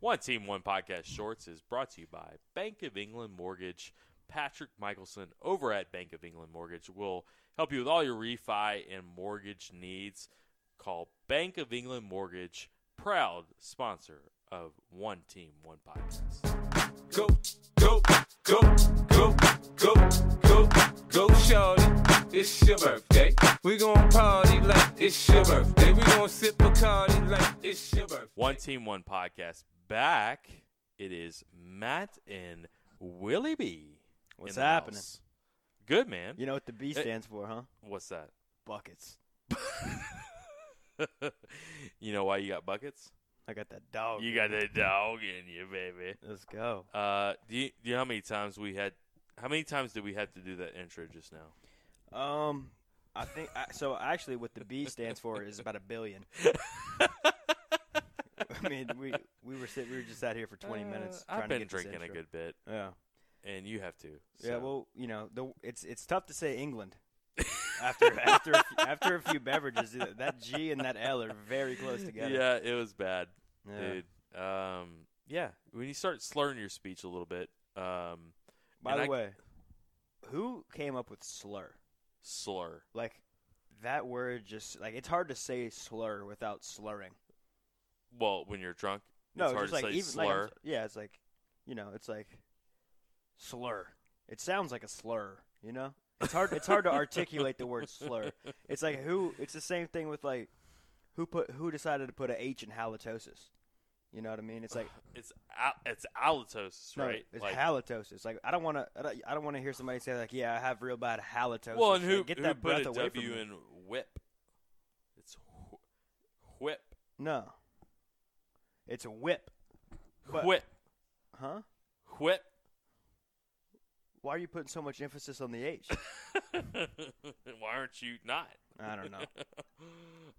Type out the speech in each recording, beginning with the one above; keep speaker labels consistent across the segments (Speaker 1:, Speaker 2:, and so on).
Speaker 1: One Team One Podcast Shorts is brought to you by Bank of England Mortgage. Patrick Michelson over at Bank of England Mortgage will help you with all your refi and mortgage needs. Call Bank of England Mortgage, proud sponsor of One Team One Podcast.
Speaker 2: Go, go, go, go, go, go, go, shorty. It's your birthday. We gon' party like it's your birthday. We gon' sip a cardi like it's your birthday.
Speaker 1: One Team One Podcast back. It is Matt and Willie B.
Speaker 3: What's
Speaker 1: in the
Speaker 3: happening?
Speaker 1: house. Good man.
Speaker 3: You know what the B
Speaker 1: Hey.
Speaker 3: stands for, huh?
Speaker 1: What's that?
Speaker 3: Buckets.
Speaker 1: you know why you got buckets?
Speaker 3: I got that dog.
Speaker 1: You got that dog in you, baby.
Speaker 3: Let's go.
Speaker 1: Uh, do you, do you know how many times we had? How many times did we have to do that intro just now?
Speaker 3: Um, I think I, so. Actually, what the B stands for is about a billion. I mean, we we were sit, we were just out here for 20 minutes.
Speaker 1: Uh, I've
Speaker 3: trying to
Speaker 1: been
Speaker 3: get this
Speaker 1: drinking a
Speaker 3: intro.
Speaker 1: good bit,
Speaker 3: Yeah.
Speaker 1: and you have to.
Speaker 3: Yeah.
Speaker 1: so.
Speaker 3: Well, you know, the it's it's tough to say England. after after a few, after a few beverages, that G and that L are very close together.
Speaker 1: yeah, it was bad,
Speaker 3: Yeah.
Speaker 1: dude. Um, yeah, when you start slurring your speech a little bit, um,
Speaker 3: By
Speaker 1: and
Speaker 3: the
Speaker 1: I-
Speaker 3: way, who came up with slur?
Speaker 1: slur.
Speaker 3: like that word just like it's hard to say slur without slurring.
Speaker 1: Well, when you're drunk,
Speaker 3: No,
Speaker 1: it's
Speaker 3: it's
Speaker 1: hard
Speaker 3: just
Speaker 1: to
Speaker 3: like
Speaker 1: say
Speaker 3: even like,
Speaker 1: slur.
Speaker 3: I'm- yeah, it's like you know, it's like slur. It sounds like a slur, you know? It's hard it's hard to articulate the word slur. It's like who it's the same thing with like who put who decided to put a H in halitosis. You know what I mean? It's like
Speaker 1: it's al- it's halitosis,
Speaker 3: no,
Speaker 1: right?
Speaker 3: it's
Speaker 1: Like-
Speaker 3: halitosis. Like I don't want to I don't, I don't want to hear somebody say like, "Yeah, I have real bad halitosis."
Speaker 1: well, and
Speaker 3: Like,
Speaker 1: who
Speaker 3: get
Speaker 1: who put
Speaker 3: that breath
Speaker 1: a
Speaker 3: away
Speaker 1: W
Speaker 3: from me.
Speaker 1: in whip? It's wh- whip,
Speaker 3: No. It's a whip. But-
Speaker 1: whip,
Speaker 3: Huh?
Speaker 1: whip.
Speaker 3: Why are you putting so much emphasis on the H?
Speaker 1: Why aren't you not?
Speaker 3: I don't know.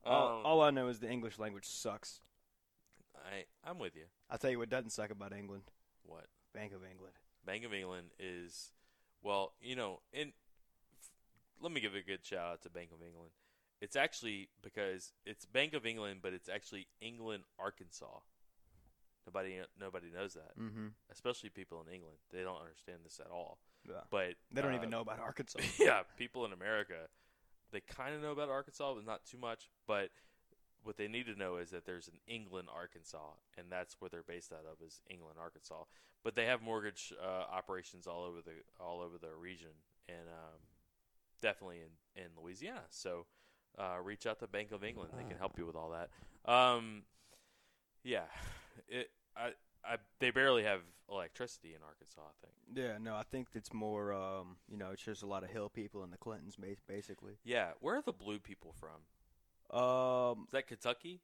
Speaker 3: All,
Speaker 1: Um,
Speaker 3: all I know is the English language sucks.
Speaker 1: I I'm with you.
Speaker 3: I'll tell you what doesn't suck about England
Speaker 1: What
Speaker 3: Bank of England.
Speaker 1: Bank of England is? Well, you know, and f- let me give a good shout out to Bank of England. It's actually because it's Bank of England, but it's actually England, Arkansas. Nobody nobody knows that,
Speaker 3: Mm-hmm.
Speaker 1: especially people in England. They don't understand this at all.
Speaker 3: Yeah.
Speaker 1: But
Speaker 3: They don't
Speaker 1: uh,
Speaker 3: even know about Arkansas.
Speaker 1: yeah, people in America, they kind of know about Arkansas, but not too much. But what they need to know is that there's an England, Arkansas, and that's where they're based out of is England, Arkansas. But they have mortgage uh, operations all over the all over the region, and um, definitely in in Louisiana. So uh, reach out to Bank of England; they can help you with all that. Um, yeah, it I. I, they barely have electricity in Arkansas, I think.
Speaker 3: yeah, no, I think it's more, um, you know, it's just a lot of hill people and the Clintons, ba- basically.
Speaker 1: Yeah, where are the blue people from?
Speaker 3: Um,
Speaker 1: Is that Kentucky?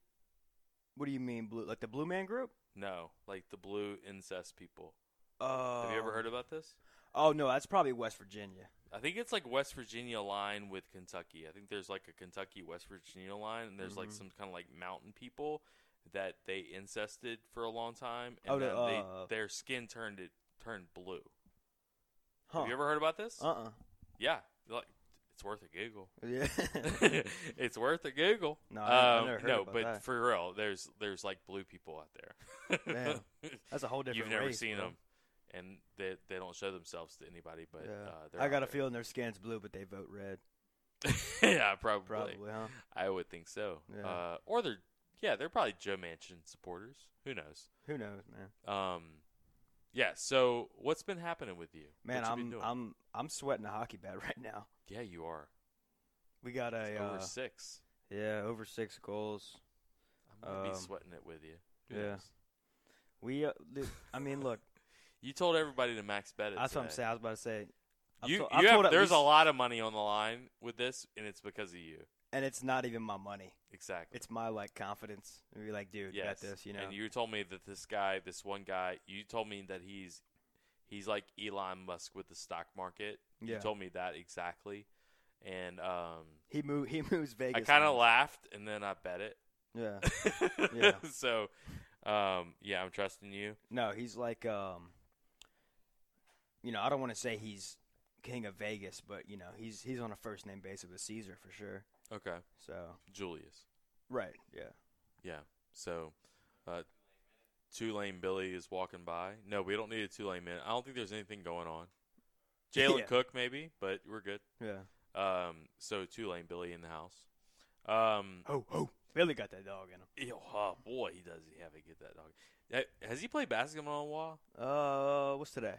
Speaker 3: what do you mean, blue? Like the Blue Man Group?
Speaker 1: No, like the blue incest people.
Speaker 3: Uh,
Speaker 1: Have you ever heard about this?
Speaker 3: Oh no, that's probably West Virginia.
Speaker 1: I think it's like West Virginia line with Kentucky. I think there's like a Kentucky West Virginia line, and there's like
Speaker 3: Mhm.
Speaker 1: some kind of like mountain people that they incested for a long time, and
Speaker 3: Oh, the-
Speaker 1: then
Speaker 3: uh,
Speaker 1: they, their skin turned it turned blue.
Speaker 3: Huh?
Speaker 1: Have you ever heard about this?
Speaker 3: Uh-uh.
Speaker 1: Yeah, like it's worth a Google.
Speaker 3: Yeah.
Speaker 1: it's worth a Google. Um,
Speaker 3: No, I- I never heard
Speaker 1: no,
Speaker 3: about
Speaker 1: but
Speaker 3: that.
Speaker 1: for real, there's there's like blue people out there.
Speaker 3: Damn. that's a whole different.
Speaker 1: You've never
Speaker 3: race,
Speaker 1: seen
Speaker 3: bro.
Speaker 1: them, and they they don't show themselves to anybody. But
Speaker 3: Yeah.
Speaker 1: uh, they're
Speaker 3: I
Speaker 1: out
Speaker 3: got a
Speaker 1: there.
Speaker 3: feeling their skin's blue, but they vote red.
Speaker 1: yeah, probably.
Speaker 3: Probably, huh?
Speaker 1: I would think so.
Speaker 3: Yeah.
Speaker 1: Uh, or they're yeah, they're probably Joe Manchin supporters. Who knows?
Speaker 3: Who knows, man?
Speaker 1: Um, yeah. So what's been happening with you?
Speaker 3: Man,
Speaker 1: What you been
Speaker 3: I'm
Speaker 1: doing?
Speaker 3: I'm I'm sweating a hockey bat right now.
Speaker 1: yeah, you are
Speaker 3: We got
Speaker 1: It's
Speaker 3: a
Speaker 1: over
Speaker 3: uh,
Speaker 1: six.
Speaker 3: yeah over six goals.
Speaker 1: I'm gonna be
Speaker 3: um,
Speaker 1: sweating it with you. Who
Speaker 3: yeah.
Speaker 1: knows?
Speaker 3: We, uh, li- I mean, look,
Speaker 1: You told everybody to max bet it.
Speaker 3: that's what I'm
Speaker 1: today.
Speaker 3: saying. I was about to say, I've
Speaker 1: You,
Speaker 3: to- I've
Speaker 1: you have,
Speaker 3: told at
Speaker 1: there's a
Speaker 3: least-
Speaker 1: lot of money on the line with this, and it's because of you.
Speaker 3: and it's not even my money.
Speaker 1: Exactly.
Speaker 3: It's my like confidence. And be like, dude, you got this, you know.
Speaker 1: And you told me that this guy, this one guy, you told me that he's he's like Elon Musk with the stock market.
Speaker 3: Yeah.
Speaker 1: You told me that exactly. And um
Speaker 3: he move he moves
Speaker 1: I
Speaker 3: Vegas.
Speaker 1: kind of
Speaker 3: now.
Speaker 1: laughed and then I bet it.
Speaker 3: yeah.
Speaker 1: yeah. So um yeah, I'm trusting you.
Speaker 3: No, he's like um you know, I don't want to say he's king of Vegas, but you know, he's he's on a first name basis with Caesar for sure.
Speaker 1: Okay.
Speaker 3: So
Speaker 1: Julius.
Speaker 3: Right, yeah.
Speaker 1: Yeah. So uh Two Lane Billy is walking by. No, we don't need a two lane man. I don't think there's anything going on. Jalen
Speaker 3: Yeah.
Speaker 1: Cook maybe, but we're good.
Speaker 3: Yeah.
Speaker 1: Um, so two lane Billy in the house. Um,
Speaker 3: Oh, oh. Billy got that dog in him.
Speaker 1: ew, oh boy, he does he have to get that dog. Ha- Has he played basketball in a while?
Speaker 3: Uh, what's today?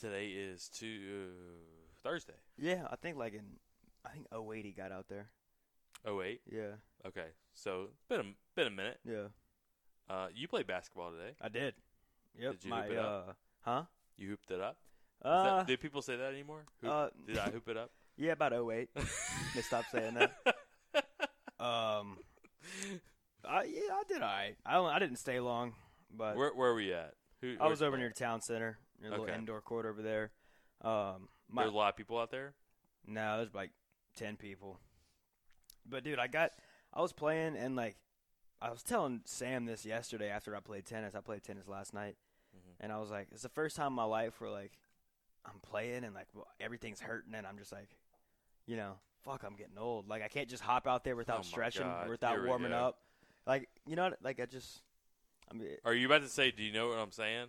Speaker 1: Today is two uh, Thursday.
Speaker 3: Yeah, I think like in, I think 08 he got out there.
Speaker 1: Oh eight.
Speaker 3: Yeah,
Speaker 1: Okay, so it's been a been a minute.
Speaker 3: yeah.
Speaker 1: Uh, you played basketball today.
Speaker 3: I did. Yep.
Speaker 1: Did you
Speaker 3: my
Speaker 1: hoop it up?
Speaker 3: uh, huh?
Speaker 1: You hooped it up. Is that-
Speaker 3: Uh,
Speaker 1: do people say that anymore? Hoop,
Speaker 3: uh,
Speaker 1: did I hoop it up?
Speaker 3: yeah, about 08. they stopped saying that. Um, I yeah, I did. all right. I don't, I didn't stay long, but
Speaker 1: where where are we at? Who,
Speaker 3: I
Speaker 1: where'd
Speaker 3: was
Speaker 1: you
Speaker 3: over
Speaker 1: play?
Speaker 3: near town center, near a
Speaker 1: Okay.
Speaker 3: little indoor court over there. Um, my
Speaker 1: There's a lot of people out there.
Speaker 3: No, there's like ten people. But dude, I got I was playing and like I was telling Sam this yesterday after I played tennis. I played tennis last night,
Speaker 1: Mhm.
Speaker 3: and I was like, it's the first time in my life where like I'm playing and like well, everything's hurting, and I'm just like, you know, fuck, I'm getting old. Like I can't just hop out there
Speaker 1: Oh
Speaker 3: without
Speaker 1: my
Speaker 3: stretching,
Speaker 1: God, here
Speaker 3: without
Speaker 1: we
Speaker 3: warming
Speaker 1: go.
Speaker 3: up. Like you know, what- like I just, eh, I mean,
Speaker 1: Are you about to say? Do you know what I'm saying?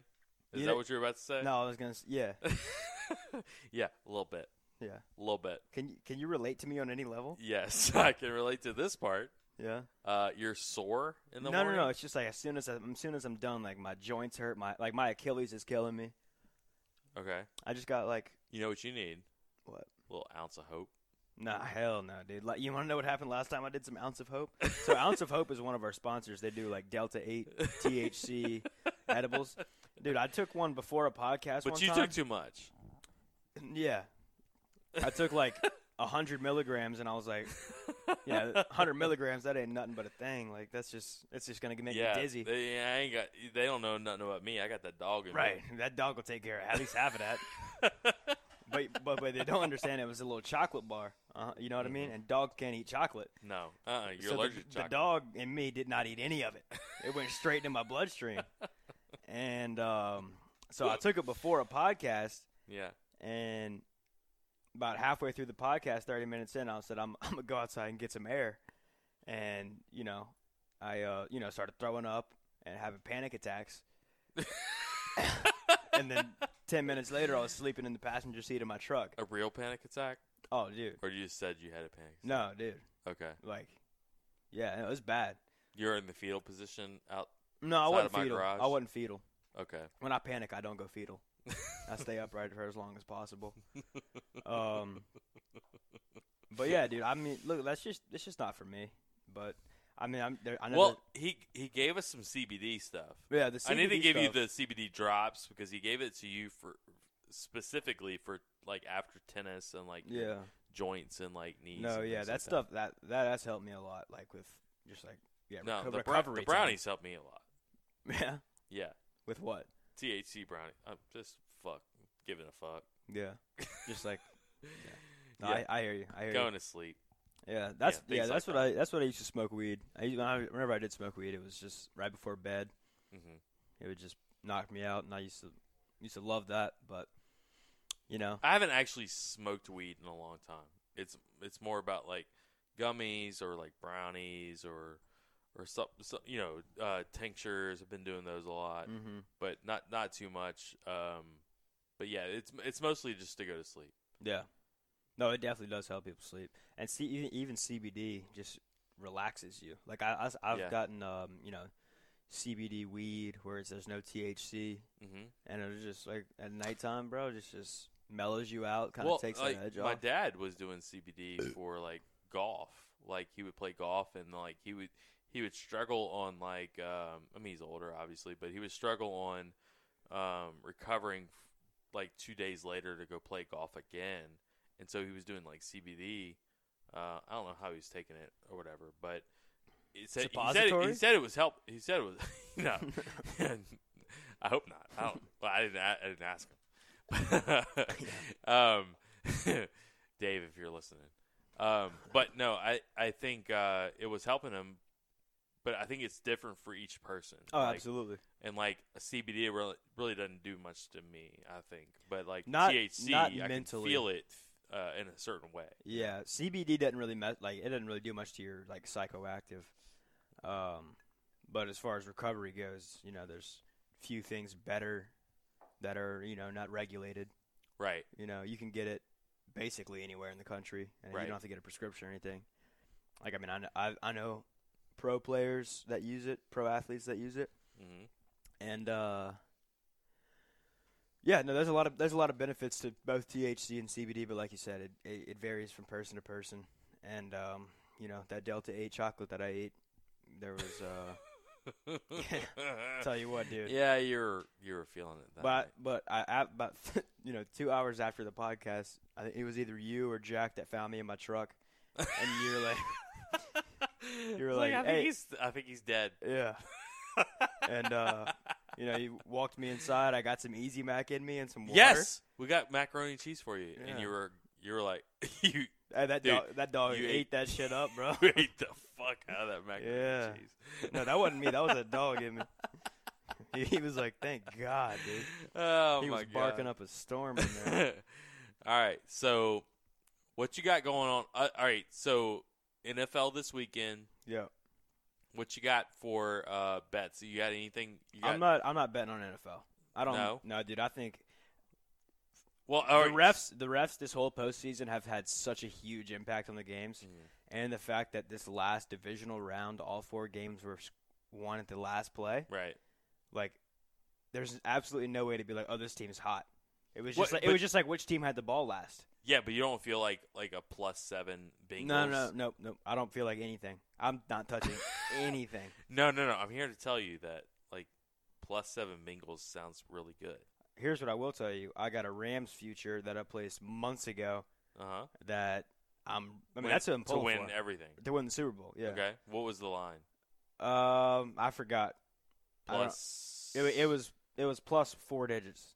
Speaker 1: Is
Speaker 3: You
Speaker 1: that
Speaker 3: know-
Speaker 1: what you're about to say?
Speaker 3: no, I was gonna, s- yeah,
Speaker 1: yeah, a little bit,
Speaker 3: yeah.
Speaker 1: a little bit.
Speaker 3: Can you can you relate to me on any level?
Speaker 1: Yes, I can relate to this part.
Speaker 3: Yeah.
Speaker 1: Uh, you're sore in the
Speaker 3: no,
Speaker 1: morning.
Speaker 3: no, no. It's just like as soon as I'm, as soon as I'm done, like my joints hurt. My like my Achilles is killing me.
Speaker 1: no. Okay,
Speaker 3: I just got like
Speaker 1: you know what you need?
Speaker 3: What?
Speaker 1: A little ounce of hope.
Speaker 3: nah, hell no, dude. Like you want to know what happened last time? I did some Ounce of Hope. So Ounce of Hope is one of our sponsors. They do like Delta Eight THC edibles. Dude, I took one before a podcast.
Speaker 1: But
Speaker 3: one
Speaker 1: you
Speaker 3: time.
Speaker 1: took too much.
Speaker 3: yeah. I took like hundred milligrams, and I was like, yeah, hundred milligrams. That ain't nothing but a thing. Like that's just it's just gonna make
Speaker 1: yeah,
Speaker 3: me dizzy.
Speaker 1: They, I ain't got. They don't know nothing about me. I got that dog in me.
Speaker 3: Right. That dog will take care of at least half of that. but, but but they don't understand it was a little chocolate bar. Uh, you know what I mean? And dogs can't eat chocolate.
Speaker 1: No, uh, Mm-hmm. you're
Speaker 3: so
Speaker 1: allergic to
Speaker 3: the, the
Speaker 1: chocolate.
Speaker 3: dog and me did not eat any of it. It went straight into my bloodstream. And um, so I took it before a podcast,
Speaker 1: yeah.
Speaker 3: and about halfway through the podcast, thirty minutes in, I said, "I'm I'm gonna go outside and get some air," and you know, I uh, you know started throwing up and having panic attacks. and then 10 minutes later, I was sleeping in the passenger seat of my truck.
Speaker 1: A real panic attack,
Speaker 3: Oh, dude.
Speaker 1: or you just said you had a panic? attack?
Speaker 3: No, dude.
Speaker 1: Okay.
Speaker 3: Like, yeah, it was bad.
Speaker 1: You're in the fetal position. Out.
Speaker 3: No, I
Speaker 1: Side
Speaker 3: wasn't
Speaker 1: of my
Speaker 3: fetal.
Speaker 1: garage?
Speaker 3: I wasn't fetal.
Speaker 1: Okay.
Speaker 3: When I panic, I don't go fetal. I stay upright for as long as possible. Um, but yeah, dude. I mean, look, that's just it's just not for me. But I mean, I'm there. I know.
Speaker 1: Well, he he gave us some CBD stuff.
Speaker 3: that- yeah, the CBD
Speaker 1: I need to give
Speaker 3: stuff,
Speaker 1: you the CBD drops because he gave it to you for specifically for like after tennis and like your
Speaker 3: Yeah.
Speaker 1: joints and like knees.
Speaker 3: No,
Speaker 1: and
Speaker 3: yeah,
Speaker 1: things
Speaker 3: that
Speaker 1: like
Speaker 3: stuff that that has helped me a lot. Like with just like yeah,
Speaker 1: No,
Speaker 3: reco-
Speaker 1: the, brow-
Speaker 3: recovery.
Speaker 1: the
Speaker 3: time.
Speaker 1: brownies helped me a lot.
Speaker 3: Yeah.
Speaker 1: Yeah,
Speaker 3: With what?
Speaker 1: THC brownie. I'm just fuck giving a fuck.
Speaker 3: Yeah. Just like no,
Speaker 1: yeah,
Speaker 3: I, I hear you. I hear you.
Speaker 1: going to sleep.
Speaker 3: Yeah, that's
Speaker 1: things
Speaker 3: yeah,
Speaker 1: like
Speaker 3: that's what
Speaker 1: that.
Speaker 3: I that's what I used to smoke weed. I used- when I- whenever I did smoke weed, it was just right before bed.
Speaker 1: hmm
Speaker 3: It would just knock me out, and I used to used to love that. But you know,
Speaker 1: I haven't actually smoked weed in a long time. It's it's more about like gummies or like brownies or or some, some you know uh, tinctures. I've been doing those a lot,
Speaker 3: mm-hmm.
Speaker 1: but not not too much. Um, but yeah, it's it's mostly just to go to sleep.
Speaker 3: yeah, no, it definitely does help people sleep, and see, even, even CBD just relaxes you. Like I, I have
Speaker 1: Yeah.
Speaker 3: gotten um, you know CBD weed where it's, there's no THC,
Speaker 1: hmm
Speaker 3: and it's just like at nighttime, bro, it just just mellows you out, kind of takes
Speaker 1: like,
Speaker 3: that edge
Speaker 1: my
Speaker 3: off.
Speaker 1: dad was doing CBD for like golf. Like he would play golf and like he would he would struggle on like um, I mean he's older obviously, but he would struggle on um, recovering f- like two days later to go play golf again. And so he was doing like CBD. Uh, I don't know how he was taking it or whatever, but it said, he said it, he
Speaker 3: Suppository?
Speaker 1: said it was help. He said it was no. I hope not. I don't. Well, I didn't. a- I didn't ask him. um, Dave, if you're listening, um, but no, I I think uh, it was helping him, but I think it's different for each person.
Speaker 3: oh,
Speaker 1: Like,
Speaker 3: absolutely.
Speaker 1: And like a CBD really really doesn't do much to me. I think, but like
Speaker 3: Not-
Speaker 1: THC,
Speaker 3: not
Speaker 1: I
Speaker 3: mentally.
Speaker 1: can feel it uh, in a certain way.
Speaker 3: Yeah, CBD doesn't really mess, like it doesn't really do much to your like psychoactive. Um, But as far as recovery goes, you know, there's few things better that are, you know, not regulated.
Speaker 1: Right.
Speaker 3: You know, you can get it basically anywhere in the country, and
Speaker 1: Right.
Speaker 3: you don't have to get a prescription or anything. Like, I mean, I know, I, I know pro players that use it, pro athletes that use it,
Speaker 1: hmm
Speaker 3: and uh, yeah, no, there's a lot of there's a lot of benefits to both THC and CBD, but like you said, it it, it varies from person to person, and um, you know, that Delta Eight chocolate that I ate, there was uh, tell you what, dude.
Speaker 1: yeah, you're you were feeling it. That
Speaker 3: But
Speaker 1: night.
Speaker 3: but I, I about you know two hours after the podcast, I think it was either you or Jack that found me in my truck, and you're like, you were
Speaker 1: It's
Speaker 3: like,
Speaker 1: I think
Speaker 3: "Hey."
Speaker 1: he's I think he's dead.
Speaker 3: yeah, and uh, you know you walked me inside. I got some Easy Mac in me and some water.
Speaker 1: yes, we got macaroni and cheese for you,
Speaker 3: Yeah.
Speaker 1: and you were you were like you
Speaker 3: Hey, that
Speaker 1: Dude,
Speaker 3: dog that dog
Speaker 1: you
Speaker 3: ate,
Speaker 1: ate-
Speaker 3: that shit up, bro.
Speaker 1: ate the fuck out of that macaroni
Speaker 3: Yeah.
Speaker 1: and cheese.
Speaker 3: no, that wasn't me. That was a dog in me. He, he was like, "Thank God, dude."
Speaker 1: Oh
Speaker 3: he
Speaker 1: my
Speaker 3: was
Speaker 1: god.
Speaker 3: barking up a storm in there.
Speaker 1: all right. So, what you got going on? Uh, all right. So, NFL this weekend.
Speaker 3: yeah,
Speaker 1: What you got for uh, bets? You got anything? You got,
Speaker 3: I'm not. I'm not betting on NFL. I don't.
Speaker 1: No? Oh,
Speaker 3: no dude. I think
Speaker 1: well, all
Speaker 3: the
Speaker 1: right.
Speaker 3: refs, the refs, this whole postseason have had such a huge impact on the games,
Speaker 1: Mhm.
Speaker 3: and the fact that this last divisional round, all four games were s- won at the last play.
Speaker 1: Right.
Speaker 3: Like, there's absolutely no way to be like, "Oh, this team's hot." It was
Speaker 1: What-
Speaker 3: just like
Speaker 1: but-
Speaker 3: it was just like which team had the ball last.
Speaker 1: Yeah, but you don't feel like like a plus seven Bengals.
Speaker 3: No, no, no, no. I don't feel like anything. I'm not touching anything.
Speaker 1: no, no, no. I'm here to tell you that like plus seven Bengals sounds really good.
Speaker 3: Here's what I will tell you: I got a Rams future that I placed months ago.
Speaker 1: Uh huh.
Speaker 3: That I'm. I mean, that's what I'm
Speaker 1: to
Speaker 3: pulling
Speaker 1: win
Speaker 3: for.
Speaker 1: everything.
Speaker 3: to win the Super Bowl. Yeah.
Speaker 1: Okay. What was the line?
Speaker 3: Um, I forgot. I don't-
Speaker 1: Plus.
Speaker 3: It, wa- it was it was plus four digits.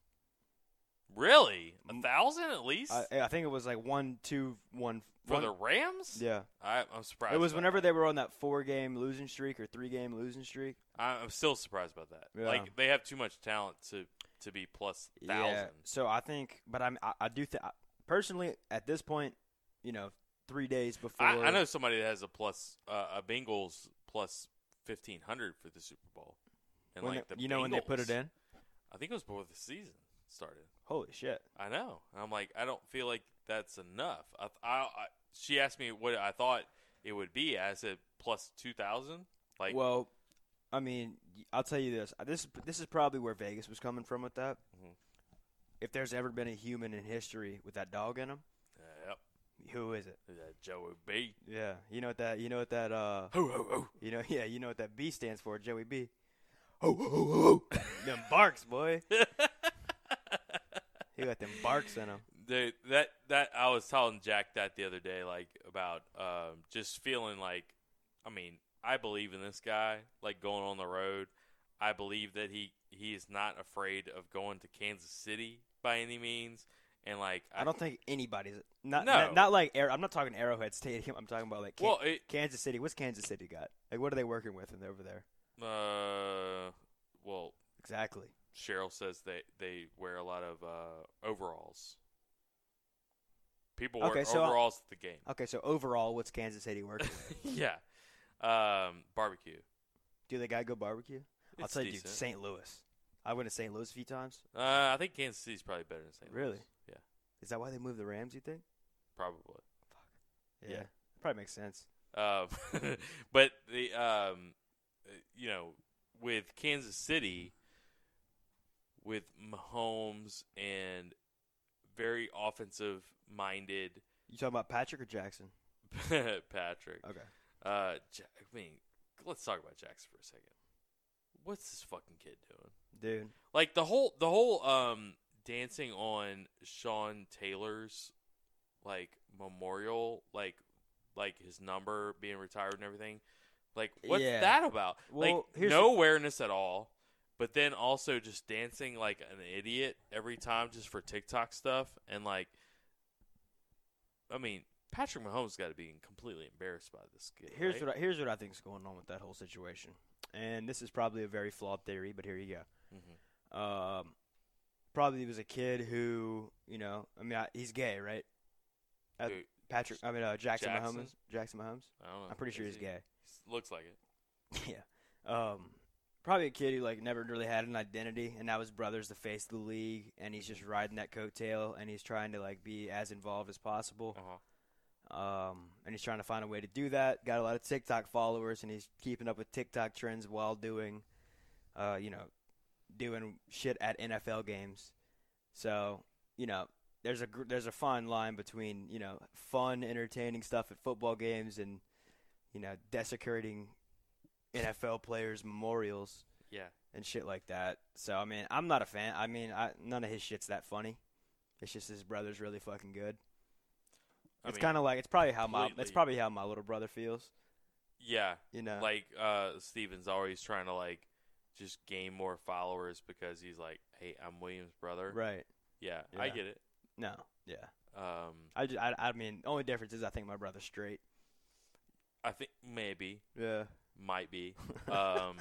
Speaker 1: really a
Speaker 3: M-
Speaker 1: thousand at least
Speaker 3: I, I think it was like one two one
Speaker 1: for
Speaker 3: one-
Speaker 1: the Rams.
Speaker 3: yeah.
Speaker 1: I, I'm surprised.
Speaker 3: It was
Speaker 1: about
Speaker 3: whenever they were on that four game losing streak or three game losing streak.
Speaker 1: I- I'm still surprised about that.
Speaker 3: Yeah.
Speaker 1: Like they have too much talent to to be plus
Speaker 3: Yeah.
Speaker 1: thousand.
Speaker 3: So I think, but I'm I, I do think personally at this point, you know, three days before
Speaker 1: I, I know somebody that has a plus uh, a Bengals plus fifteen hundred for the Super Bowl, and
Speaker 3: when
Speaker 1: like
Speaker 3: they-
Speaker 1: the
Speaker 3: you know when they put it
Speaker 1: Bengals-
Speaker 3: in.
Speaker 1: I think it was before the season started.
Speaker 3: Holy shit!
Speaker 1: I know. And I'm like, I don't feel like that's enough. I, I, I she asked me what I thought it would be. I said plus two thousand. Like,
Speaker 3: well, I mean, I'll tell you this. This this is probably where Vegas was coming from with that.
Speaker 1: Mhm.
Speaker 3: If there's ever been a human in history with that dog in him,
Speaker 1: uh, yep, uh,
Speaker 3: who is it?
Speaker 1: that Joey B.
Speaker 3: Yeah, you know what that you know what that uh
Speaker 1: Ho ho ho.
Speaker 3: you know yeah you know what that B stands for Joey B. Oh oh oh! them barks, boy. He got them barks in him.
Speaker 1: Dude, that that I was telling Jack that the other day, like about um, just feeling like, I mean, I believe in this guy. Like going on the road, I believe that he he is not afraid of going to Kansas City by any means. And like,
Speaker 3: I don't think anybody's not
Speaker 1: No.
Speaker 3: not, not like Arrow, I'm not talking Arrowhead Stadium. I'm talking about like Can-
Speaker 1: Well, it,
Speaker 3: Kansas City. What's Kansas City got? Like what are they working with in over there?
Speaker 1: uh, well,
Speaker 3: Exactly.
Speaker 1: Cheryl says they they wear a lot of uh, overalls. People wear
Speaker 3: Okay, so-
Speaker 1: overalls at the game.
Speaker 3: Okay, so overall, what's Kansas City working? with?
Speaker 1: yeah, um, barbecue.
Speaker 3: Do they got good barbecue? I'll
Speaker 1: It's
Speaker 3: tell you, dude,
Speaker 1: decent.
Speaker 3: St. Louis. I went to St. Louis a few times.
Speaker 1: Uh, I think Kansas City's probably better than St. Louis.
Speaker 3: Really?
Speaker 1: Yeah,
Speaker 3: Is that why they moved the Rams? You think?
Speaker 1: probably. Yeah.
Speaker 3: probably makes sense.
Speaker 1: Um, but the um, uh, you know, with Kansas City, with Mahomes and very offensive minded
Speaker 3: You talking about Patrick or Jackson?
Speaker 1: Patrick.
Speaker 3: Okay.
Speaker 1: Uh, Jack, I mean, let's talk about Jackson for a second. What's this fucking kid doing?
Speaker 3: Dude,
Speaker 1: Like the whole the whole um dancing on Sean Taylor's like memorial, like like his number being retired and everything. Like what's
Speaker 3: Yeah.
Speaker 1: that about? like
Speaker 3: Well, here's
Speaker 1: no awareness at all. But then also just dancing like an idiot every time just for TikTok stuff and like I mean, Patrick Mahomes got to be completely embarrassed by this kid.
Speaker 3: here's
Speaker 1: right?
Speaker 3: what I, here's what I think is going on with that whole situation, and this is probably a very flawed theory, but here you go.
Speaker 1: Mhm.
Speaker 3: um, probably was a kid who, you know, I mean, I, he's gay, right? Uh,
Speaker 1: Dude,
Speaker 3: Patrick, I mean, uh, Jackson,
Speaker 1: Jackson?
Speaker 3: Mahomes. Jackson Mahomes.
Speaker 1: I don't know.
Speaker 3: I'm pretty sure
Speaker 1: Is
Speaker 3: he's
Speaker 1: he-
Speaker 3: gay.
Speaker 1: Looks like it.
Speaker 3: yeah. Um, probably a kid who like never really had an identity, and now his brother's the face of the league, and he's just riding that coattail, and he's trying to like be as involved as possible.
Speaker 1: Uh-huh.
Speaker 3: Um, and he's trying to find a way to do that. Got a lot of TikTok followers, and he's keeping up with TikTok trends while doing, uh, you know, doing shit at NFL games. So you know, there's a gr- there's a fine line between you know fun, entertaining stuff at football games and you know desecrating NFL players' memorials
Speaker 1: Yeah.
Speaker 3: and shit like that. So I mean, I'm not a fan. I mean, I, none of his shit's that funny. It's just his brother's really fucking good.
Speaker 1: I
Speaker 3: it's
Speaker 1: mean,
Speaker 3: kind of like it's probably how my it's
Speaker 1: completely.
Speaker 3: probably how my little brother feels.
Speaker 1: yeah.
Speaker 3: You know,
Speaker 1: Like uh, Steven's always trying to like just gain more followers because he's like, hey, I'm William's brother.
Speaker 3: right?
Speaker 1: Yeah, I
Speaker 3: Yeah.
Speaker 1: get it.
Speaker 3: No, yeah.
Speaker 1: Um,
Speaker 3: I just I, I mean, only difference is I think my brother's straight.
Speaker 1: I think maybe,
Speaker 3: Yeah.
Speaker 1: might be. Um,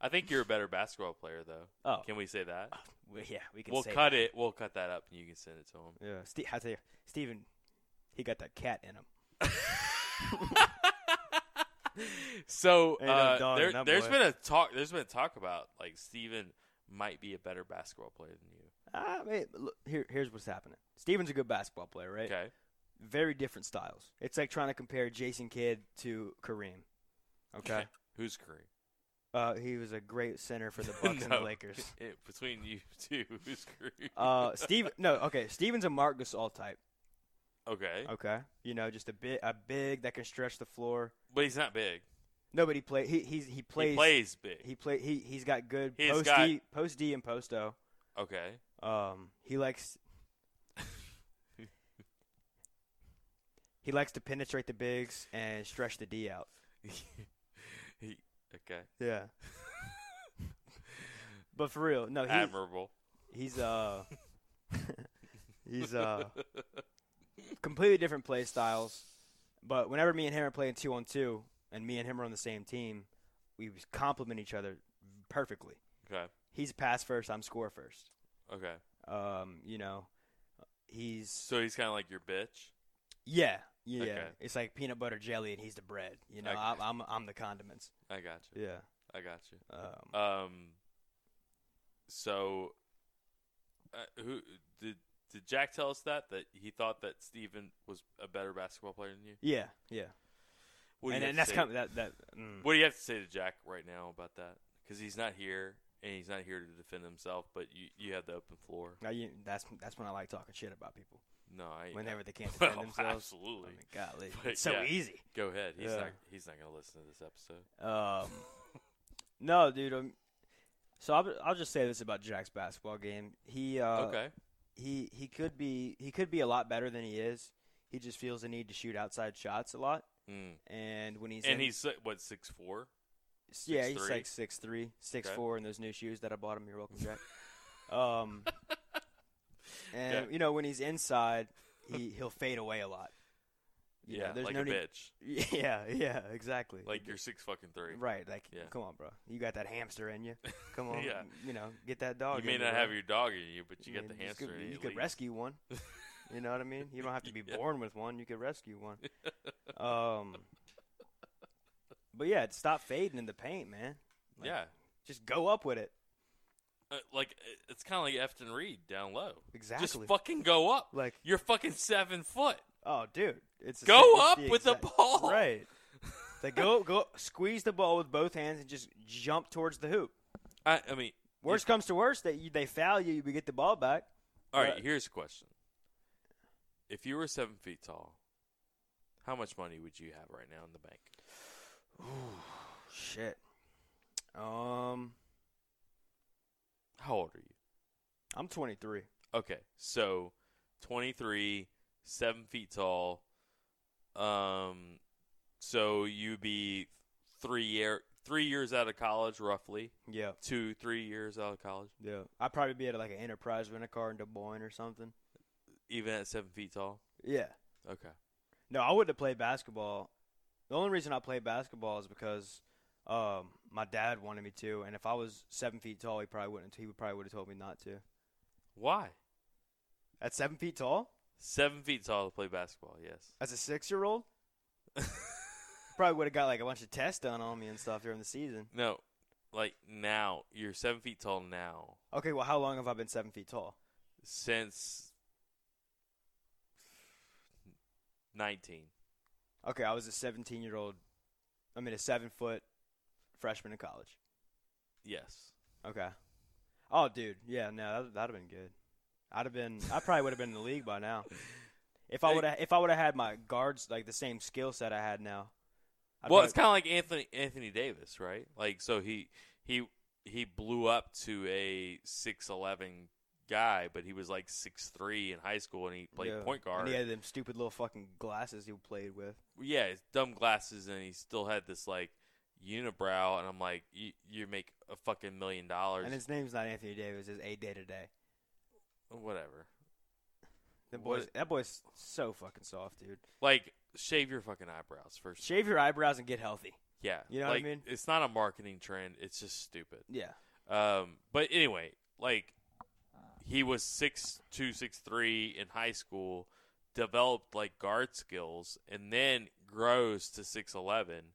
Speaker 1: I think you're a better basketball player though.
Speaker 3: oh,
Speaker 1: Can we say that?
Speaker 3: we, yeah. We can.
Speaker 1: We'll
Speaker 3: say
Speaker 1: cut
Speaker 3: that.
Speaker 1: it. We'll cut that up, and you can send it to him.
Speaker 3: Yeah, Ste I tell you, Steven, he got that cat in him.
Speaker 1: so
Speaker 3: Ain't no
Speaker 1: uh,
Speaker 3: dog in
Speaker 1: there,
Speaker 3: that
Speaker 1: there's
Speaker 3: boy.
Speaker 1: been a talk. There's been talk about like Steven might be a better basketball player than you.
Speaker 3: I mean, look, here, here's what's happening. Steven's a good basketball player, right?
Speaker 1: Okay.
Speaker 3: Very different styles. It's like trying to compare Jason Kidd to Kareem. Okay.
Speaker 1: Who's Kareem?
Speaker 3: uh, he was a great center for the Bucks and the
Speaker 1: No.
Speaker 3: Lakers.
Speaker 1: It- between you two, who's Kareem?
Speaker 3: Uh, Steve, no, okay. Steven's a Mark Gasol type.
Speaker 1: okay,
Speaker 3: Okay, you know, just a bit, a big that can stretch the floor.
Speaker 1: but he's not big.
Speaker 3: Nobody play. He he's, he plays.
Speaker 1: he plays big.
Speaker 3: He play. He he's got good
Speaker 1: He's
Speaker 3: post
Speaker 1: got-
Speaker 3: D, post D and post O.
Speaker 1: okay.
Speaker 3: Um, he likes he likes to penetrate the bigs and stretch the D out.
Speaker 1: he okay.
Speaker 3: Yeah. but for real, no, Uh, he,
Speaker 1: Admirable.
Speaker 3: he's uh he's uh completely different play styles. But whenever me and him are playing two on two, and me and him are on the same team, we complement each other perfectly.
Speaker 1: Okay.
Speaker 3: He's pass first, I'm score first.
Speaker 1: Okay.
Speaker 3: Um, you know, he's
Speaker 1: So he's kind of like your bitch.
Speaker 3: Yeah, yeah.
Speaker 1: Okay.
Speaker 3: It's like peanut butter jelly, and he's the bread. You know,
Speaker 1: Okay.
Speaker 3: I'm, I'm I'm the condiments.
Speaker 1: I got you.
Speaker 3: Yeah.
Speaker 1: I got you.
Speaker 3: Um,
Speaker 1: Um. So, uh, who did did Jack tell us that that he thought that Steven was a better basketball player than you?
Speaker 3: yeah, yeah.
Speaker 1: What do
Speaker 3: and
Speaker 1: you
Speaker 3: and
Speaker 1: have
Speaker 3: that's
Speaker 1: to say-
Speaker 3: kind of that that. Mm.
Speaker 1: What do you have to say to Jack right now about that? Because he's not here and he's not here to defend himself, but you you have the open floor.
Speaker 3: Now you, that's that's when I like talking shit about people
Speaker 1: No, I
Speaker 3: whenever they can't defend
Speaker 1: well,
Speaker 3: themselves. I
Speaker 1: absolutely.
Speaker 3: mean, golly,
Speaker 1: But,
Speaker 3: it's so
Speaker 1: yeah.
Speaker 3: easy.
Speaker 1: Go ahead. He's
Speaker 3: Yeah.
Speaker 1: not he's not gonna listen to this episode.
Speaker 3: Um, no, dude. i so I'll, I'll just say this about Jack's basketball game. He uh,
Speaker 1: okay.
Speaker 3: he he could be he could be a lot better than he is. He just feels the need to shoot outside shots a lot,
Speaker 1: Mm.
Speaker 3: and when he's
Speaker 1: And
Speaker 3: in,
Speaker 1: he's uh, what six four?
Speaker 3: S- yeah, he's
Speaker 1: 6'3"?
Speaker 3: like six three, six
Speaker 1: Okay.
Speaker 3: four in those new shoes that I bought him. You're welcome, Jack. um, and you know when he's inside, he he'll fade away a lot. You know,
Speaker 1: Yeah,
Speaker 3: there's
Speaker 1: like
Speaker 3: no
Speaker 1: a
Speaker 3: need-
Speaker 1: bitch.
Speaker 3: Yeah, yeah, exactly.
Speaker 1: Like you're six fucking three.
Speaker 3: right. Like,
Speaker 1: Yeah.
Speaker 3: come on, bro, you got that hamster in you. Come on,
Speaker 1: Yeah.
Speaker 3: you know, get that dog.
Speaker 1: You may
Speaker 3: in you,
Speaker 1: not
Speaker 3: bro.
Speaker 1: have your dog in you, but you
Speaker 3: I
Speaker 1: got the
Speaker 3: mean, just
Speaker 1: hamster in
Speaker 3: could-
Speaker 1: you.
Speaker 3: You
Speaker 1: at
Speaker 3: could
Speaker 1: least.
Speaker 3: rescue one. You know what I mean? You don't have to be
Speaker 1: Yeah.
Speaker 3: born with one. You could rescue one. Um, but yeah, stop fading in the paint, man. Like,
Speaker 1: yeah,
Speaker 3: Just go up with it.
Speaker 1: Uh, like it- it's kind of like Efton Reed down low.
Speaker 3: Exactly.
Speaker 1: Just fucking go up.
Speaker 3: like
Speaker 1: You're fucking seven foot.
Speaker 3: oh dude, it's the
Speaker 1: Go
Speaker 3: same- it's
Speaker 1: up with the
Speaker 3: exact-
Speaker 1: ball.
Speaker 3: right? Like go go squeeze the ball with both hands and just jump towards the hoop.
Speaker 1: I, I mean,
Speaker 3: Worst comes to worst, that you, they foul you, you get the ball back.
Speaker 1: all right.
Speaker 3: Right.
Speaker 1: Here's a question: If you were seven feet tall, how much money would you have right now in the bank?
Speaker 3: Shit. Um,
Speaker 1: How old are you?
Speaker 3: I'm 23.
Speaker 1: Okay, so twenty three, seven feet tall. Um, so you'd be three year three years out of college, roughly
Speaker 3: Yeah,
Speaker 1: two three years out of college,
Speaker 3: yeah. I'd probably be at like an enterprise rent a car in Des Moines or something.
Speaker 1: even at seven feet tall.
Speaker 3: Yeah.
Speaker 1: Okay.
Speaker 3: No, I wouldn't have played basketball. The only reason I played basketball is because um, my dad wanted me to, and if I was seven feet tall, he probably wouldn't. He would probably would have told me not to.
Speaker 1: Why?
Speaker 3: At seven feet tall,
Speaker 1: Seven feet tall to play basketball. Yes.
Speaker 3: as a six-year-old, probably would have got like a bunch of tests done on me and stuff during the season.
Speaker 1: no, like now you're seven feet tall now
Speaker 3: Okay, well, how long have I been seven feet tall?
Speaker 1: since nineteen.
Speaker 3: Okay, I was a 17 year old. I mean, a seven foot freshman in college.
Speaker 1: Yes.
Speaker 3: Okay. Oh, dude. Yeah, no, that, that'd have been good. I'd have been. I probably would have been in the league by now. If I
Speaker 1: Hey.
Speaker 3: would have, if I would have had my guards like the same skill set I had now. I'd
Speaker 1: well,
Speaker 3: probably-
Speaker 1: it's kind of like Anthony Anthony Davis, right? Like, so he he he blew up to a six eleven guy, but he was like six three in high school, and he played
Speaker 3: yeah.
Speaker 1: point guard.
Speaker 3: And he had them stupid little fucking glasses he played with.
Speaker 1: yeah, his dumb glasses, and he still had this like unibrow, and I'm like, you, you make a fucking million dollars,
Speaker 3: And his name's not Anthony Davis. It's A Day Today.
Speaker 1: whatever.
Speaker 3: The
Speaker 1: What-
Speaker 3: boy's, that boy's so fucking soft, dude.
Speaker 1: Like, shave your fucking eyebrows first.
Speaker 3: Shave your eyebrows and get healthy.
Speaker 1: yeah,
Speaker 3: you know what I
Speaker 1: like,
Speaker 3: mean?
Speaker 1: It's not a marketing trend. It's just stupid.
Speaker 3: Yeah.
Speaker 1: Um, but anyway, like he was six two, six three in high school, developed like guard skills, and then grows to six eleven,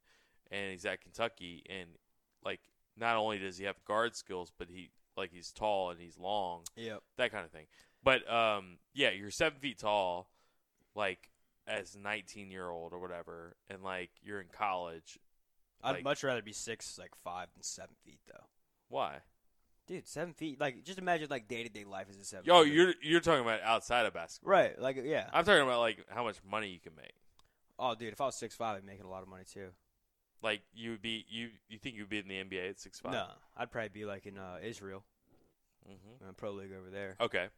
Speaker 1: and he's at Kentucky, and like not only does he have guard skills, but he like he's tall and he's long,
Speaker 3: Yep.
Speaker 1: that kind of thing. But um, yeah, you're seven feet tall, like as nineteen year old or whatever, and like you're in college.
Speaker 3: I'd
Speaker 1: Like-
Speaker 3: much rather be six, like five, than seven feet, though.
Speaker 1: Why?
Speaker 3: Dude, seven feet. Like, just imagine like day to day life is a seven.
Speaker 1: Yo,
Speaker 3: feet.
Speaker 1: you're you're talking about outside of basketball.
Speaker 3: right. Like, yeah.
Speaker 1: I'm talking about like how much money you can make.
Speaker 3: Oh, dude, if I was six five, I'd make a lot of money too.
Speaker 1: Like you would be you you think you'd be in the NBA at six five?
Speaker 3: No, I'd probably be like in uh, Israel,
Speaker 1: hmm
Speaker 3: in a pro league over there.
Speaker 1: Okay,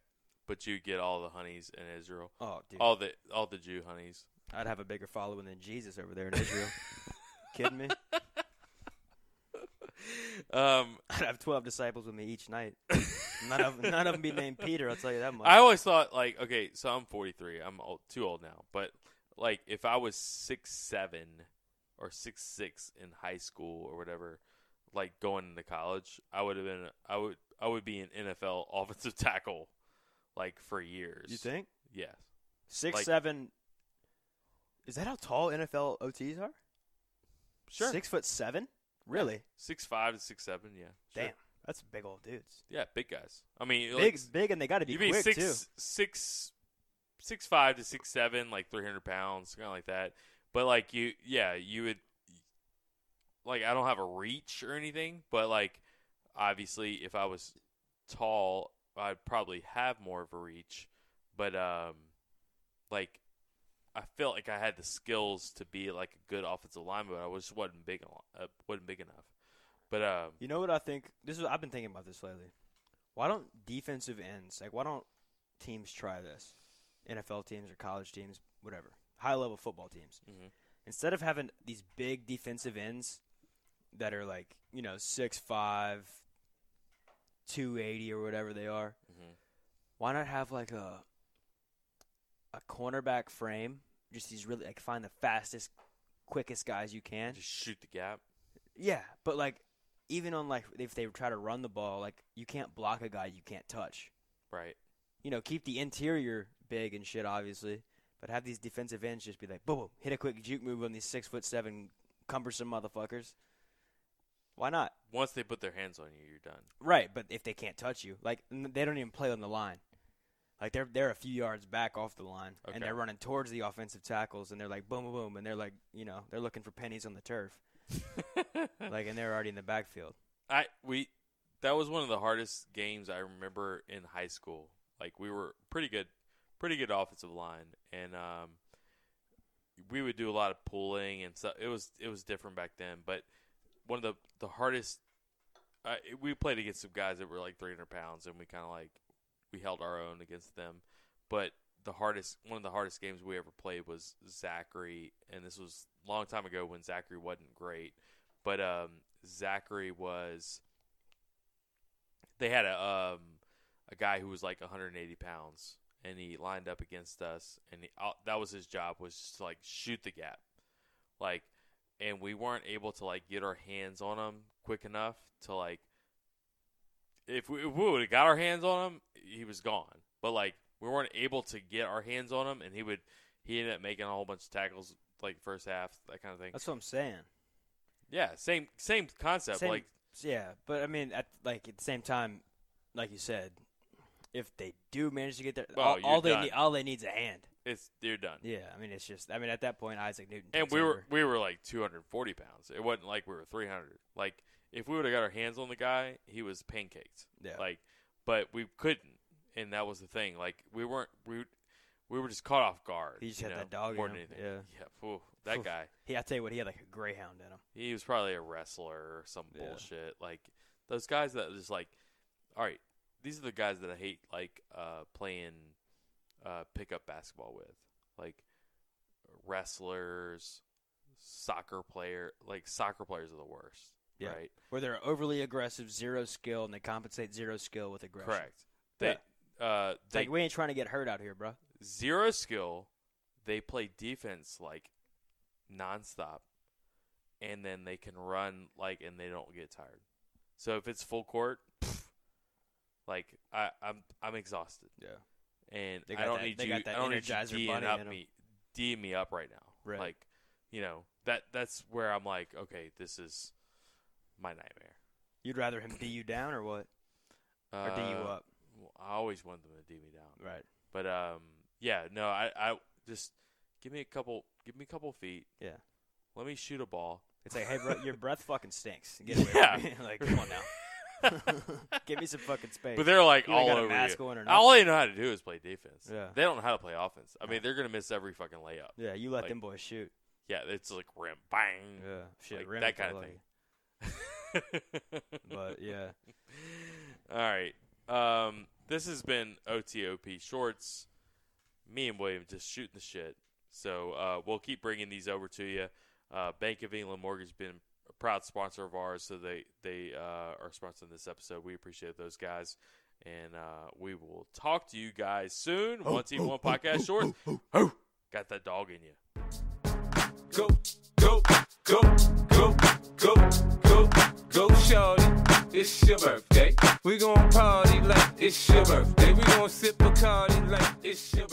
Speaker 1: but you get all the honeys in Israel,
Speaker 3: Oh, dude,
Speaker 1: all the all the Jew honeys.
Speaker 3: I'd have a bigger following than Jesus over there in Israel. Kidding me?
Speaker 1: Um,
Speaker 3: I'd have twelve disciples with me each night. None of none of them be named Peter. I'll tell you that much.
Speaker 1: I always thought like okay, so I'm 43. I'm old, too old now, but like if I was six seven or six six in high school or whatever, like going into college, I would have been I would I would be an NFL offensive tackle, like for years.
Speaker 3: you think
Speaker 1: Yes.
Speaker 3: six
Speaker 1: Like-
Speaker 3: seven? Is that how tall NFL OTs are?
Speaker 1: Sure.
Speaker 3: Six foot seven? Really?
Speaker 1: Six five to six seven, yeah. Sure.
Speaker 3: Damn, that's big old dudes.
Speaker 1: Yeah, big guys. I mean,
Speaker 3: big,
Speaker 1: like,
Speaker 3: big, and they got to be
Speaker 1: you
Speaker 3: quick
Speaker 1: be six,
Speaker 3: too.
Speaker 1: six- six five to six seven, like three hundred pounds, kind of like that. But like you, yeah, you would. Like I don't have a reach or anything, but like obviously, if I was tall, I'd probably have more of a reach. But um, like I felt like I had the skills to be like a good offensive lineman, but I was wasn't big, al- uh, wasn't big enough. But um,
Speaker 3: You know what I think? This is I've been thinking about this lately. Why don't defensive ends like why don't teams try this? NFL teams or college teams, whatever, high level football teams.
Speaker 1: Mhm.
Speaker 3: Instead of having these big defensive ends that are like you know six five, two eighty or whatever they are,
Speaker 1: Mhm.
Speaker 3: why not have like a a cornerback frame? Just these really like find the fastest, quickest guys you can.
Speaker 1: just shoot the gap.
Speaker 3: Yeah, but like even on like if they try to run the ball, like you can't block a guy you can't touch.
Speaker 1: Right.
Speaker 3: You know, keep the interior big and shit, obviously, but have these defensive ends just be like, boom, boom, hit a quick juke move on these six foot seven cumbersome motherfuckers. Why not?
Speaker 1: Once they put their hands on you, you're done.
Speaker 3: Right, but if they can't touch you, like n- they don't even play on the line. Like they're they're a few yards back off the line,
Speaker 1: Okay.
Speaker 3: and they're running towards the offensive tackles, and they're like boom, boom, boom, and they're like you know they're looking for pennies on the turf, like and they're already in the backfield.
Speaker 1: I we that was one of the hardest games I remember in high school. Like we were pretty good, pretty good offensive line, and um, we would do a lot of pulling and stuff. It was it was different back then, but one of the the hardest. Uh, we played against some guys that were like 300 pounds, and we kind of like we held our own against them. But the hardest, one of the hardest games we ever played was Zachary, and this was a long time ago when Zachary wasn't great. But um, Zachary was. They had a um, a guy who was like 180 pounds, and he lined up against us, and he, all, that was his job was just to, like shoot the gap, like, and we weren't able to like get our hands on him quick enough to like. If we, if we would have got our hands on him, he was gone. But like we weren't able to get our hands on him, and he would he ended up making a whole bunch of tackles like first half that kind of thing.
Speaker 3: That's what I'm saying.
Speaker 1: Yeah, same same concept.
Speaker 3: Same-
Speaker 1: Like
Speaker 3: yeah, but I mean, at like at the same time, like you said, if they do manage to get there,
Speaker 1: Oh,
Speaker 3: all,
Speaker 1: you're
Speaker 3: all they
Speaker 1: done.
Speaker 3: need, all they need's a hand.
Speaker 1: It's you're done.
Speaker 3: Yeah, I mean, it's just, I mean, at that point, Isaac Newton.
Speaker 1: And
Speaker 3: takes
Speaker 1: we were
Speaker 3: over.
Speaker 1: we were like 240 pounds. It wasn't like we were 300. Like if we would have got our hands on the guy, he was pancaked.
Speaker 3: Yeah.
Speaker 1: Like, but we couldn't, and that was the thing. Like we weren't we we were just caught off guard.
Speaker 3: He just
Speaker 1: you
Speaker 3: had
Speaker 1: know,
Speaker 3: that dog in
Speaker 1: more than
Speaker 3: him.
Speaker 1: anything.
Speaker 3: Yeah.
Speaker 1: yeah. Ooh, that
Speaker 3: Oof.
Speaker 1: guy.
Speaker 3: He, I tell you what, he had like a greyhound in him.
Speaker 1: He was probably a wrestler or some
Speaker 3: Yeah.
Speaker 1: bullshit. Like those guys that just like, all right, these are the guys that I hate like uh, playing uh, pickup basketball with, like wrestlers, soccer player. Like soccer players are the worst,
Speaker 3: Yeah.
Speaker 1: right?
Speaker 3: Where they're overly aggressive, zero skill, and they compensate zero skill with aggression.
Speaker 1: Correct. They, uh,
Speaker 3: It's
Speaker 1: they
Speaker 3: like we ain't trying to get hurt out here, bro.
Speaker 1: zero skill. They play defense like nonstop, and then they can run like, and they don't get tired. So if it's full court, pff, like I, I'm I'm exhausted,
Speaker 3: Yeah.
Speaker 1: and
Speaker 3: They
Speaker 1: I
Speaker 3: got
Speaker 1: don't
Speaker 3: that-
Speaker 1: need
Speaker 3: they
Speaker 1: you.
Speaker 3: got that
Speaker 1: I don't need you
Speaker 3: Energizer
Speaker 1: D'ing
Speaker 3: bunny
Speaker 1: up
Speaker 3: in 'em.
Speaker 1: me, D me up right now.
Speaker 3: Right.
Speaker 1: Like, you know that that's where I'm like, okay, this is my nightmare.
Speaker 3: You'd rather him D you down or what? Or D you
Speaker 1: Uh,
Speaker 3: up?
Speaker 1: well, I always want them to D me down.
Speaker 3: Right.
Speaker 1: But um, yeah, no, I, I just give me a couple, give me a couple feet.
Speaker 3: Yeah.
Speaker 1: Let me shoot a ball.
Speaker 3: It's like, hey, bro, your breath fucking stinks. Get away
Speaker 1: Yeah.
Speaker 3: from me. like, come on now. Give me some fucking space.
Speaker 1: But they're like
Speaker 3: You ain't
Speaker 1: all
Speaker 3: got a
Speaker 1: over
Speaker 3: mask
Speaker 1: you.
Speaker 3: on or nothing.
Speaker 1: All they know how to do is play defense.
Speaker 3: Yeah.
Speaker 1: They don't know how to play offense. I mean, they're gonna miss every fucking layup.
Speaker 3: yeah, you let
Speaker 1: like-
Speaker 3: them boys shoot.
Speaker 1: Yeah, it's like rim, bang.
Speaker 3: Yeah, shit,
Speaker 1: like
Speaker 3: Rim
Speaker 1: that
Speaker 3: could
Speaker 1: kinda
Speaker 3: look-
Speaker 1: thing.
Speaker 3: But yeah,
Speaker 1: all right, um, this has been OTOP shorts. Me and William just shooting the shit. So uh, we'll keep bringing these over to you. Uh, Bank of England Mortgage has been a proud sponsor of ours, so they they uh, are sponsoring this episode. We appreciate those guys, and uh, we will talk to you guys soon. One Team One Podcast Shorts. Got that dog in you.
Speaker 2: go, go, go, go, go, go, go, shorty. It's your birthday. We gon' party like it's your birthday. We gon' sip a like it's your